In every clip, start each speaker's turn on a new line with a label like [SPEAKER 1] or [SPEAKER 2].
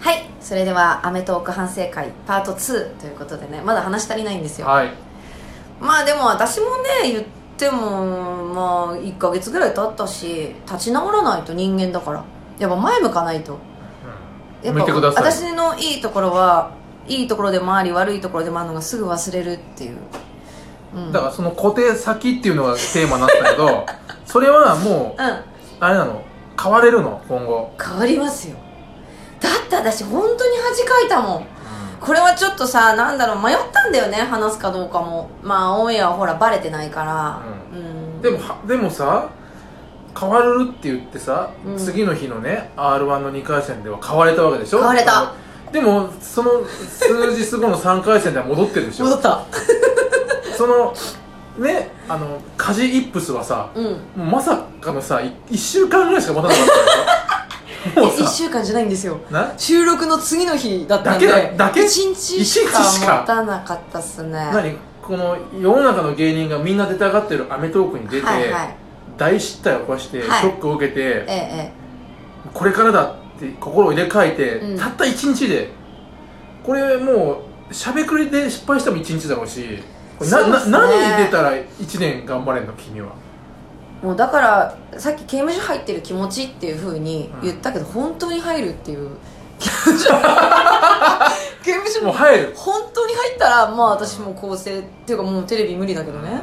[SPEAKER 1] はいそれでは『アメトーーク』反省会パート2ということでねまだ話し足りないんですよ
[SPEAKER 2] はい
[SPEAKER 1] まあでも私もね言ってもまあ1ヶ月ぐらい経ったし立ち直らないと人間だからやっぱ前向かないとやっぱ
[SPEAKER 2] 向いてください
[SPEAKER 1] 私のいいところはいいところでもあり悪いところでもあるのがすぐ忘れるっていう、うん、
[SPEAKER 2] だからその小手先っていうのがテーマになったけ どそれはもう
[SPEAKER 1] うん
[SPEAKER 2] あれなの変われるの今後、
[SPEAKER 1] 変わりますよだって私本当に恥かいたもんこれはちょっとさなんだろう迷ったんだよね話すかどうかもまあオンエアはほらバレてないからうん
[SPEAKER 2] でもはでもさ変わるって言ってさ、
[SPEAKER 1] うん
[SPEAKER 2] 次の日のね r 1の2回戦では変われたわけでしょ
[SPEAKER 1] 変われた
[SPEAKER 2] でもその数日後の3回戦では戻ってるでし
[SPEAKER 1] 戻っ
[SPEAKER 2] ょ
[SPEAKER 1] た
[SPEAKER 2] そのねあのカジ・イップスはさ
[SPEAKER 1] うん
[SPEAKER 2] もうまさかのさ1週間ぐらいしか待たなかった でしょもう
[SPEAKER 1] 1
[SPEAKER 2] さ
[SPEAKER 1] 週間じゃないんですよ
[SPEAKER 2] な
[SPEAKER 1] 収録の次の日だったんで
[SPEAKER 2] だけだだけ
[SPEAKER 1] 1日しか
[SPEAKER 2] 一日しか
[SPEAKER 1] 持たなかったっすね
[SPEAKER 2] 何この世の中の芸人がみんな出たがってる『アメトーク』に出て、
[SPEAKER 1] はいはい
[SPEAKER 2] 大失態を起こして、
[SPEAKER 1] はい
[SPEAKER 2] ショックを受けて
[SPEAKER 1] えええ
[SPEAKER 2] これからだって心を入れ替えて、
[SPEAKER 1] うん
[SPEAKER 2] たった1日でこれもうしゃべくりで失敗しても1日だろうしこれな
[SPEAKER 1] そうですね
[SPEAKER 2] な何に出たら1年頑張れんの君は
[SPEAKER 1] えもうだからさっき刑務所入ってる気持ちっていうふうに言ったけど、本当に入るって いう刑務所刑務所
[SPEAKER 2] もう入る、
[SPEAKER 1] 本当に入ったらまあ私もう構成っていうかもうテレビ無理だけどね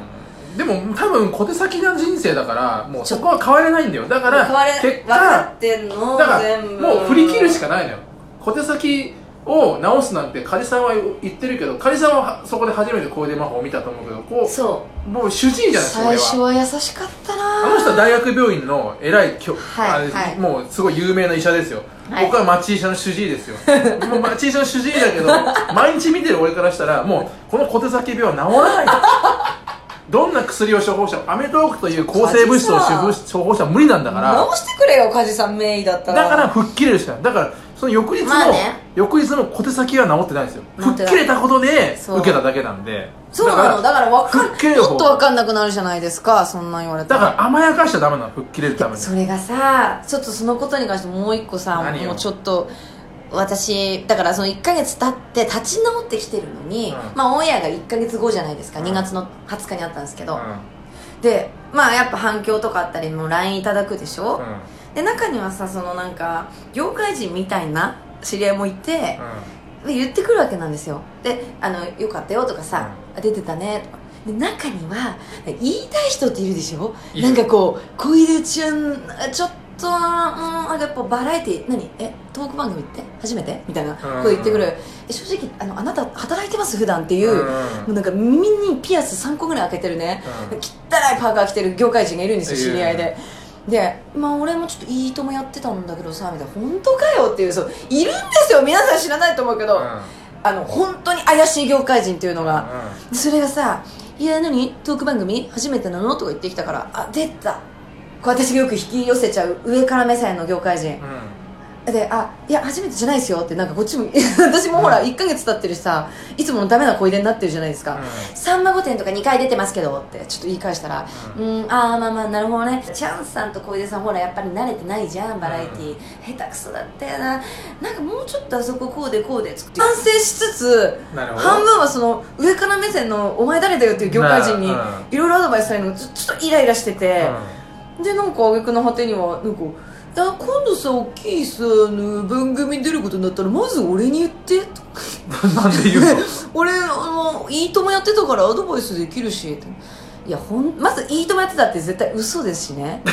[SPEAKER 2] でも多分小手先な人生だからもうそこは変われないんだよだから
[SPEAKER 1] 変われ
[SPEAKER 2] 結
[SPEAKER 1] 分
[SPEAKER 2] 果
[SPEAKER 1] かってんの
[SPEAKER 2] だか
[SPEAKER 1] 全
[SPEAKER 2] ら
[SPEAKER 1] 部
[SPEAKER 2] もう振り切るしかないのよ小手先を直すなんてカジさんは言ってるけどカジさんはそこで初めて小出魔法を見たと思うけどこ
[SPEAKER 1] そう
[SPEAKER 2] もう主治医
[SPEAKER 1] う
[SPEAKER 2] じゃないですか俺
[SPEAKER 1] 最初
[SPEAKER 2] は
[SPEAKER 1] は優しかったな
[SPEAKER 2] あの人は大学病院の偉いきょ、
[SPEAKER 1] はい
[SPEAKER 2] あれ
[SPEAKER 1] はい
[SPEAKER 2] もうすごい有名な医者ですよ、
[SPEAKER 1] はい
[SPEAKER 2] 僕は町医者の主治医ですよもう町医者の主治医 だけど毎日見てる俺からしたらもうこの小手先病は治らないどんな薬を処方してもアメトーークという抗生物質を処方し処方したら無理なんだから
[SPEAKER 1] 直してくれよ梶さん名医だったら
[SPEAKER 2] だから吹っ切れるしかないだからその翌日の、
[SPEAKER 1] まあね
[SPEAKER 2] 翌日の小手先は治ってないんですよ
[SPEAKER 1] 治っ
[SPEAKER 2] 吹
[SPEAKER 1] てない
[SPEAKER 2] っ切れたことで
[SPEAKER 1] そう
[SPEAKER 2] 受けただけなんで
[SPEAKER 1] そうなの
[SPEAKER 2] だか
[SPEAKER 1] だからわかん
[SPEAKER 2] 吹っ切れる
[SPEAKER 1] も
[SPEAKER 2] 方
[SPEAKER 1] っと分かんなくなるじゃないですかそんなん言われた
[SPEAKER 2] らだから甘やかしちゃダメなの吹っ切れるために
[SPEAKER 1] それがさちょっとそのことに関してもう一個さ
[SPEAKER 2] 何よ
[SPEAKER 1] もうちょっと私だからその1ヶ月経って立ち直ってきてるのに、
[SPEAKER 2] うん
[SPEAKER 1] まあオンエアが1ヶ月後じゃないですか、
[SPEAKER 2] うん
[SPEAKER 1] 2月の20日にあったんですけ
[SPEAKER 2] う
[SPEAKER 1] ど、
[SPEAKER 2] ん
[SPEAKER 1] でまあやっぱ反響とかあったりもう LINE いただくでしょ、
[SPEAKER 2] うん
[SPEAKER 1] で中にはさそのなんか業界人みたいな知り合いもいて、で言ってくるわけなんですよで「あのよかったよ」とかさ「あ出てたね」とかで中には言いたい人っているでしょ
[SPEAKER 2] いる
[SPEAKER 1] なんかこう恋でちゃんちょっとはうんなんかやっぱバラエティ何えトーク番組って初めてみたいなこと言ってくる、
[SPEAKER 2] うん
[SPEAKER 1] え正直あのあなた働いてます普段っていうう、
[SPEAKER 2] んうん
[SPEAKER 1] もうなんか耳にピアス3個ぐらい開けてるね、汚いパーカー着てる業界人がいるんですよ知り合いで、でまあ俺もちょっといいともやってたんだけどさみたいな本当かよっていうそういるんですよ皆さん知らないと思うけど、あの本当に怪しい業界人っていうのが、それがさ「いや何トーク番組初めてなの?」とか言ってきたから「あ出た」こう私がよく引き寄せちゃう上から目線の業界人
[SPEAKER 2] うんうん
[SPEAKER 1] で「あいや初めてじゃないですよ」ってなんかこっちも 私もほら
[SPEAKER 2] うん
[SPEAKER 1] 1ヶ月経ってるしさいつものダメな小出になってるじゃないですか、さんま御殿とか2回出てますけどってちょっと言い返したら「う
[SPEAKER 2] うん
[SPEAKER 1] んああまあまあなるほどねチャンスさんと小出さんほらやっぱり慣れてないじゃんバラエティー、下手くそだったよななんかもうちょっとあそここうでこうで」作って反省しつつ
[SPEAKER 2] うんなるほど
[SPEAKER 1] 半分はその上から目線の「お前誰だよ」っていう業界人に
[SPEAKER 2] うん
[SPEAKER 1] いろいろアドバイスされるのがちょちょっとイライラしてて、でなんか挙句の果てにはなんかいや今度さ大きいさあの番組に出ることになったらまず俺に言ってとか
[SPEAKER 2] うん なんで言うの
[SPEAKER 1] 俺あの「いいとも」やってたからアドバイスできるしいやほんまず「いいとも」やってたって絶対嘘ですしね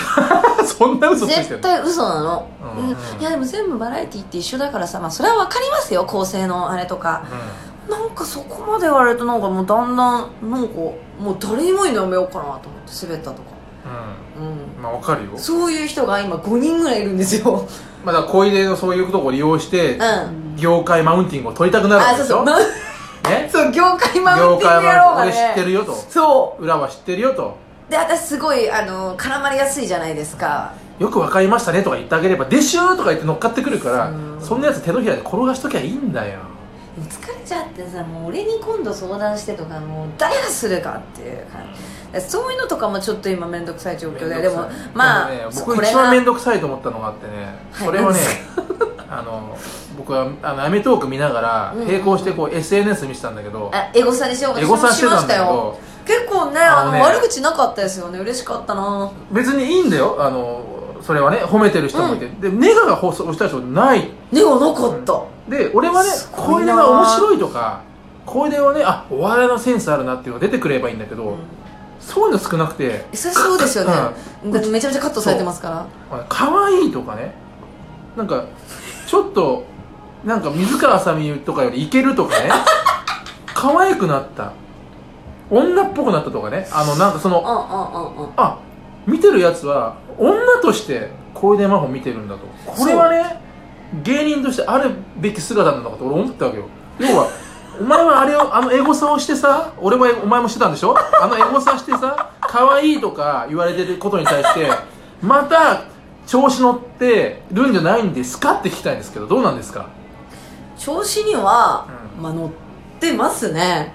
[SPEAKER 2] そんな 嘘ついて
[SPEAKER 1] 絶
[SPEAKER 2] る
[SPEAKER 1] 対嘘なの、
[SPEAKER 2] うん
[SPEAKER 1] うんいやでも全部バラエティって一緒だからさ、まあ、それは分かりますよ構成のあれとかなんかそこまで言われるとなんかもうだんだんなんかもう誰にもいないのやめようかなと思って滑ったとか
[SPEAKER 2] うん
[SPEAKER 1] うん
[SPEAKER 2] うんまあわかるよ
[SPEAKER 1] そういう人が今5人ぐらいいるんです よ
[SPEAKER 2] まあだから小出のそういうとこを利用して
[SPEAKER 1] うん
[SPEAKER 2] 業界マウンティングを取りたくなるわ
[SPEAKER 1] あ
[SPEAKER 2] け
[SPEAKER 1] そう
[SPEAKER 2] でし
[SPEAKER 1] そう
[SPEAKER 2] ょ
[SPEAKER 1] ま
[SPEAKER 2] ね
[SPEAKER 1] そう業界マウン
[SPEAKER 2] 業
[SPEAKER 1] ティン
[SPEAKER 2] 界
[SPEAKER 1] グやろう
[SPEAKER 2] マ
[SPEAKER 1] が
[SPEAKER 2] ウンティング俺知
[SPEAKER 1] ね
[SPEAKER 2] ってるよと
[SPEAKER 1] そ
[SPEAKER 2] 裏は知ってるよと
[SPEAKER 1] うで私すごいあの絡まりやすいじゃないですか
[SPEAKER 2] よく分かりましたねとか言ってあげれば「でしゅー」とか言って乗っかってくるから
[SPEAKER 1] うん
[SPEAKER 2] そんなやつ手のひらで転がしときゃいいんだよ
[SPEAKER 1] もう疲れちゃってさもう俺に今度相談してとかもう誰がするかっていう感じそういうのとかもちょっと今面倒くさい状況ででもまあ
[SPEAKER 2] でもね
[SPEAKER 1] そう
[SPEAKER 2] 僕
[SPEAKER 1] これ
[SPEAKER 2] 一
[SPEAKER 1] が
[SPEAKER 2] 番面倒くさいと思ったのがあってね
[SPEAKER 1] はい
[SPEAKER 2] それはね
[SPEAKER 1] 何で
[SPEAKER 2] あの僕僕はあのアメトーーク見ながら
[SPEAKER 1] うん
[SPEAKER 2] 並行してこう SNS 見てたんだけど、
[SPEAKER 1] あエゴサでしょ私
[SPEAKER 2] エゴ
[SPEAKER 1] も
[SPEAKER 2] サし
[SPEAKER 1] してま
[SPEAKER 2] た
[SPEAKER 1] し
[SPEAKER 2] んだ
[SPEAKER 1] た
[SPEAKER 2] け
[SPEAKER 1] よ
[SPEAKER 2] ど
[SPEAKER 1] 結構ね
[SPEAKER 2] あ
[SPEAKER 1] あ
[SPEAKER 2] の
[SPEAKER 1] の
[SPEAKER 2] ね
[SPEAKER 1] 悪口なかったですよね嬉しかったな
[SPEAKER 2] 別にいいんだよあのそれはね褒めてる人もいて、でネガが放送した人ない
[SPEAKER 1] ネガなかった、
[SPEAKER 2] で俺はね
[SPEAKER 1] すご
[SPEAKER 2] 小
[SPEAKER 1] い
[SPEAKER 2] 出
[SPEAKER 1] な
[SPEAKER 2] が面白いとか小出はねあお笑いのセンスあるなっていうのが出てくればいいんだけど、
[SPEAKER 1] うん
[SPEAKER 2] そういうの少なくて
[SPEAKER 1] それそうですよね、
[SPEAKER 2] うん
[SPEAKER 1] だってめちゃめちゃカットされてますから
[SPEAKER 2] 可愛いとかねなんかちょっとなんか水川あさみとかよりいけるとかね可愛くなった女っぽくなったとかねあのなんかその
[SPEAKER 1] うんうんうんうん
[SPEAKER 2] あ見てるやつは女として小出真帆見てるんだとこれはね芸人としてあるべき姿なのかと俺思ったわけよ要はお前はあれをあのエゴサをしてさ俺もお前もしてたんでしょあのエゴサしてさ可愛いとか言われてることに対してまた調子乗ってるんじゃないんですかって聞きたいんですけどどうなんですか
[SPEAKER 1] 調子には、まあ、乗ってますね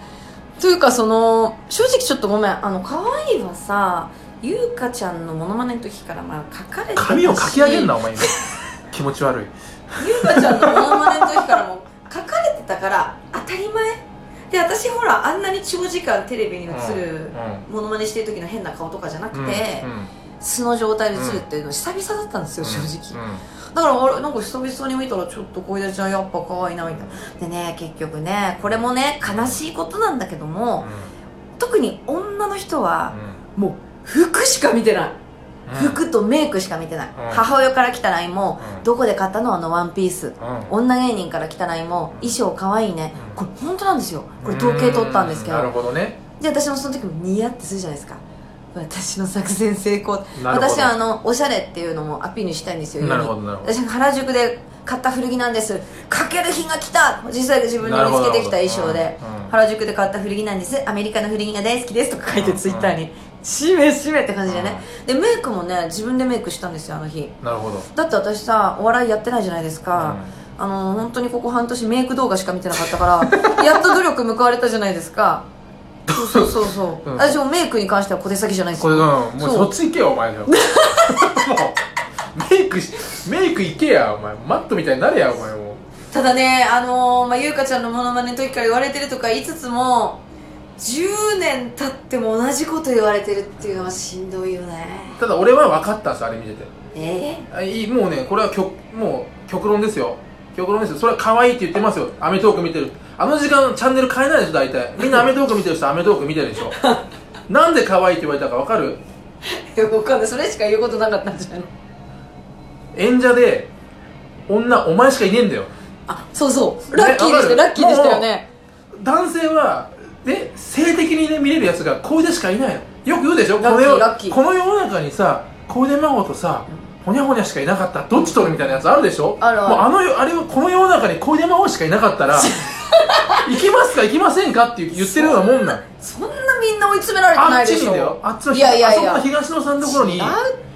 [SPEAKER 1] というかその正直ちょっとごめんあの可愛いはさ優香ちゃんのモノマネの時からまあ書かれてたし
[SPEAKER 2] 髪をかき上げんなお前今気持ち悪い
[SPEAKER 1] 優香ちゃんのモノマネの時からも書かれてたから当たり前で私ほらあんなに長時間テレビに映るモノマネしてる時の変な顔とかじゃなくて、
[SPEAKER 2] うんうん
[SPEAKER 1] 素の状態で映るっていうの久々だったんです
[SPEAKER 2] うん
[SPEAKER 1] よ、正直、
[SPEAKER 2] うん
[SPEAKER 1] だからあれなんか久々に見たらちょっと小出ちゃんやっぱ可愛いなみたいなでね結局ねこれもね悲しいことなんだけど
[SPEAKER 2] うん
[SPEAKER 1] も特に女の人は
[SPEAKER 2] うん
[SPEAKER 1] もう服しか見てない、
[SPEAKER 2] うん
[SPEAKER 1] 服とメイクしか見てない、
[SPEAKER 2] ん
[SPEAKER 1] 母親から来た LINE も、
[SPEAKER 2] うん
[SPEAKER 1] どこで買ったのあのワンピース
[SPEAKER 2] うん
[SPEAKER 1] 女芸人から来た LINE も衣装可愛いね
[SPEAKER 2] うん
[SPEAKER 1] これ本当なんですよこれ統計取ったんですけ
[SPEAKER 2] うなる
[SPEAKER 1] ど
[SPEAKER 2] ほどね
[SPEAKER 1] で私もその時もニヤってするじゃないですか私の作戦成功
[SPEAKER 2] なるほど
[SPEAKER 1] 私はあのおしゃれっていうのもアピールしたいんですよ世に
[SPEAKER 2] なるほどなるほど
[SPEAKER 1] 私原宿で買った古着なんですかける日が来た実際自分で見つけてきた衣装
[SPEAKER 2] なる
[SPEAKER 1] で
[SPEAKER 2] ほどうんうん
[SPEAKER 1] 原宿で買った古着なんですアメリカの古着が大好きですとか書いてツイッターにしめしめって感じでねでメイクもね自分でメイクしたんですよあの日
[SPEAKER 2] なるほど
[SPEAKER 1] だって私さお笑いやってないじゃないですか、あの本当にここ半年メイク動画しか見てなかったから やっと努力報われたじゃないですかそうそうそうそう、
[SPEAKER 2] うん
[SPEAKER 1] 私もメイクに関しては小手先じゃないです
[SPEAKER 2] これうんもう
[SPEAKER 1] そう
[SPEAKER 2] そっち行けよ お前だよもうメイクしメイク行けやお前マットみたいになれやお前も
[SPEAKER 1] ただねあのーまあ、優香ちゃんのモノマネの時から言われてるとか言いつつも10年経っても同じこと言われてるっていうのはしんどいよね
[SPEAKER 2] ただ俺は分かったんですあれ見てて
[SPEAKER 1] ええ
[SPEAKER 2] あいいもうねこれは極もう極論ですよ極論ですよそれは可愛いって言ってますよアメトーーク見てるあの時間チャンネル変えないでしょ大体みんなアメトーーク見てる人アメトーーク見てるで しょなんで可愛いって言われたか分かる
[SPEAKER 1] いやわかんないそれしか言うことなかったんじゃない
[SPEAKER 2] 演者で女お前しかいねえんだよ
[SPEAKER 1] あそうそう
[SPEAKER 2] ね
[SPEAKER 1] ラッキーでした、
[SPEAKER 2] わか
[SPEAKER 1] ラ
[SPEAKER 2] る
[SPEAKER 1] ッキーでしたよね
[SPEAKER 2] 男性はね性的にね見れるやつが小出しかいないのよく言うでしょこ
[SPEAKER 1] ラッキー
[SPEAKER 2] の世
[SPEAKER 1] ラッキー
[SPEAKER 2] この世の中にさ小出真帆とさほにゃほにゃしかいなかったどっち取るみたいなやつあるでしょ
[SPEAKER 1] あるある
[SPEAKER 2] もうあの世あれをこの世の中に小出真帆しかいなかったら 行きますか行きませんかって言ってるようなもんなん
[SPEAKER 1] そんなみんな追い詰められて
[SPEAKER 2] あ
[SPEAKER 1] な
[SPEAKER 2] っ
[SPEAKER 1] いで
[SPEAKER 2] ちに
[SPEAKER 1] し
[SPEAKER 2] だ
[SPEAKER 1] ょ
[SPEAKER 2] よあっちの
[SPEAKER 1] いやいやいや
[SPEAKER 2] あそこの東野さんのところに
[SPEAKER 1] 違うっ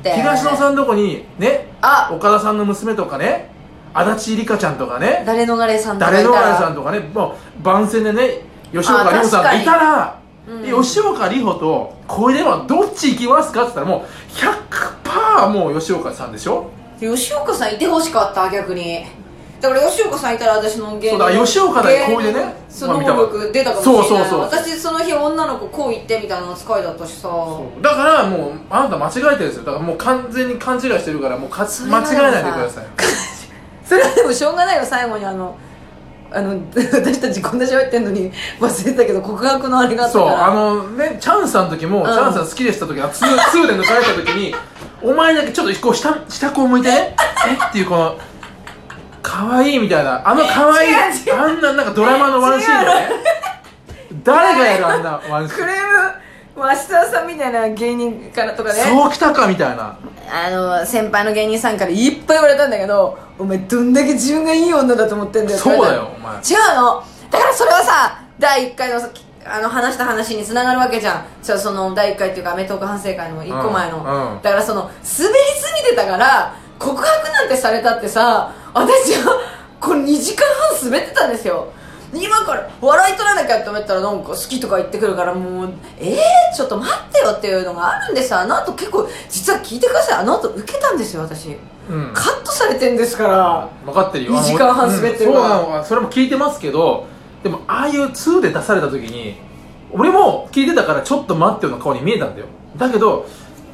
[SPEAKER 1] て
[SPEAKER 2] 東野さんのとこにね
[SPEAKER 1] あ
[SPEAKER 2] 岡田さんの娘とかね足立梨花ちゃんとかね
[SPEAKER 1] 誰逃れさんとか
[SPEAKER 2] 誰
[SPEAKER 1] いた
[SPEAKER 2] のあれさ
[SPEAKER 1] ら
[SPEAKER 2] んとかねもう番宣でね吉岡里帆さんがいたら、
[SPEAKER 1] うん
[SPEAKER 2] 吉岡里帆と小出はどっち行きますかって言ったらもう100%もう吉岡さんでしょ
[SPEAKER 1] 吉岡さんいてほしかった逆にだから吉岡さんいたら私の芸
[SPEAKER 2] そ
[SPEAKER 1] 人
[SPEAKER 2] うだ吉岡だよ
[SPEAKER 1] 芸人
[SPEAKER 2] 小出ね
[SPEAKER 1] その能力出たかもしれない
[SPEAKER 2] そうそうそう
[SPEAKER 1] 私その日女の子こう言ってみたいなの使いだったしさ
[SPEAKER 2] だからもうあなた間違えてるんですよだからもう完全に勘違いしてるからもうか
[SPEAKER 1] それ
[SPEAKER 2] 間
[SPEAKER 1] は
[SPEAKER 2] 違えないでください
[SPEAKER 1] それは でもしょうがないよ最後にあのあの 私たちこんな喋ってんのに忘れてたけど告白のあれがあった
[SPEAKER 2] そう
[SPEAKER 1] から
[SPEAKER 2] あのねチャンさんの時も、
[SPEAKER 1] ん
[SPEAKER 2] チャンさん好きでした時は ツーツーで抜かれた時にお前だけちょっとこう下下こう向い てねえっていうこの可愛いみたいなあの可愛い
[SPEAKER 1] 違う違う
[SPEAKER 2] あんななんかドラマのワンシーンだね誰がやるあんなワンシー
[SPEAKER 1] ク
[SPEAKER 2] ン
[SPEAKER 1] レーム明日さんみたいな芸人からとかね
[SPEAKER 2] そうきたかみたいな
[SPEAKER 1] あの先輩の芸人さんからいっぱい言われたんだけどお前どんだけ自分がいい女だと思ってんだよって言
[SPEAKER 2] そう
[SPEAKER 1] われ
[SPEAKER 2] だ
[SPEAKER 1] たの
[SPEAKER 2] よお前
[SPEAKER 1] 違うのだからそれはさ第1回のさあの話した話につながるわけじゃんじゃあその第1回っていうか『アメトーーク』反省会の1個前の、
[SPEAKER 2] うんうん
[SPEAKER 1] だからその滑りすぎてたから告白なんてされたってさ私はこれ2時間半滑ってたんですよ今から笑い取らなきゃって思ったらなんか好きとか言ってくるからもうえー、ちょっと待ってよっていうのがあるんですあの後結構実は聞いてくださいあの後受けたんですよ私
[SPEAKER 2] うん
[SPEAKER 1] カットされてんですから
[SPEAKER 2] 分かってるよ
[SPEAKER 1] 二時間半
[SPEAKER 2] あの
[SPEAKER 1] 滑ってるから
[SPEAKER 2] うんそうなのそれも聞いてますけどでもああいう2で出された時に俺も聞いてたからちょっと待ってよの顔に見えたんだよだけど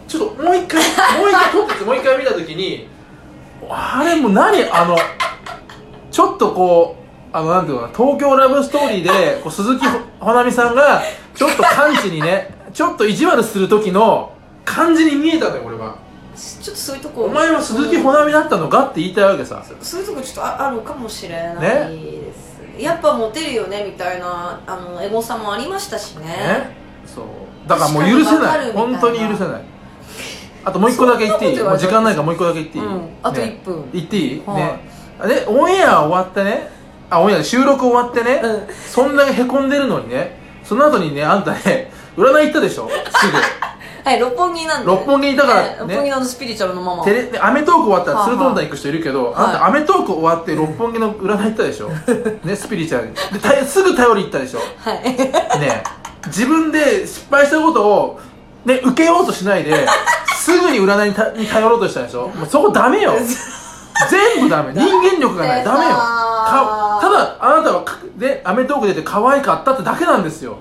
[SPEAKER 2] ちょっともう一 回もう一回撮っててもう一回見た時にあれもう何あのちょっとこうあのなんていうのかな東京ラブストーリーでこう鈴木ほなみさんがちょっと感じにねちょっと意地悪する時の感じに見えたんだよ俺は
[SPEAKER 1] ちょっとそういうとこ
[SPEAKER 2] お前は鈴木ほなみだったのかって言いたいわけさ
[SPEAKER 1] そういうとこちょっとああるかもしれないです、やっぱモテるよねみたいなあのエゴさもありましたしね
[SPEAKER 2] ね、そうだからもう許せ
[SPEAKER 1] 確か
[SPEAKER 2] ない
[SPEAKER 1] に分
[SPEAKER 2] 本
[SPEAKER 1] か
[SPEAKER 2] 当
[SPEAKER 1] るみ
[SPEAKER 2] に
[SPEAKER 1] たいな
[SPEAKER 2] 許せないあともう一個だけ言っていい
[SPEAKER 1] そん
[SPEAKER 2] も
[SPEAKER 1] な
[SPEAKER 2] う
[SPEAKER 1] こと
[SPEAKER 2] 時
[SPEAKER 1] 言われ
[SPEAKER 2] 間ないからもう一個だけ言っていい、
[SPEAKER 1] うんあと1分
[SPEAKER 2] ね言っていい、
[SPEAKER 1] はい
[SPEAKER 2] ねあでオンエア終わってねあオンエア収録終わってね、
[SPEAKER 1] うん
[SPEAKER 2] そんなへこんでるのにねその後にねあんたね占い行ったでしょす
[SPEAKER 1] はい六本木 なんで
[SPEAKER 2] 六本木だからね
[SPEAKER 1] 六本木のあのスピリチュアルのまま
[SPEAKER 2] ぐテレでアメトーク終わったら
[SPEAKER 1] はいはい
[SPEAKER 2] 鶴飛んだ行く人いるけど、あんたアメトーク終わって六本木の占い行ったで しょ、ねスピリチュアルにでたすぐ頼り行ったでしょ
[SPEAKER 1] はい
[SPEAKER 2] ね自分で失敗したことを、ね、受けようとしないですぐに占いにたに頼ろうとしたでしょもうそこダメよ全部ダメ人間力がないダメよかただあなたはかで『アメトーーク』出て可愛かったってだけなんですよ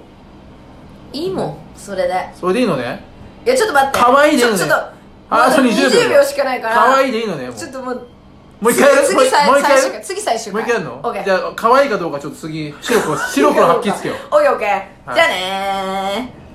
[SPEAKER 1] いいもんそれで
[SPEAKER 2] それでいいのね
[SPEAKER 1] いやちょっと待って
[SPEAKER 2] 可愛いね
[SPEAKER 1] ちょちょっと
[SPEAKER 2] あと
[SPEAKER 1] まだ
[SPEAKER 2] 20秒
[SPEAKER 1] 秒しかないから
[SPEAKER 2] 可愛いでいいのねもう
[SPEAKER 1] ちょっともう
[SPEAKER 2] もう一回やる
[SPEAKER 1] 次
[SPEAKER 2] もう
[SPEAKER 1] 次最
[SPEAKER 2] もう一回
[SPEAKER 1] 最
[SPEAKER 2] や
[SPEAKER 1] 終
[SPEAKER 2] る
[SPEAKER 1] 回次最終
[SPEAKER 2] もう
[SPEAKER 1] 回
[SPEAKER 2] 一回やるの
[SPEAKER 1] OK
[SPEAKER 2] じゃあ可愛いかどうかちょっと次白黒白黒はっきりつけよう
[SPEAKER 1] オッケーオッケー
[SPEAKER 2] はい
[SPEAKER 1] じゃあねー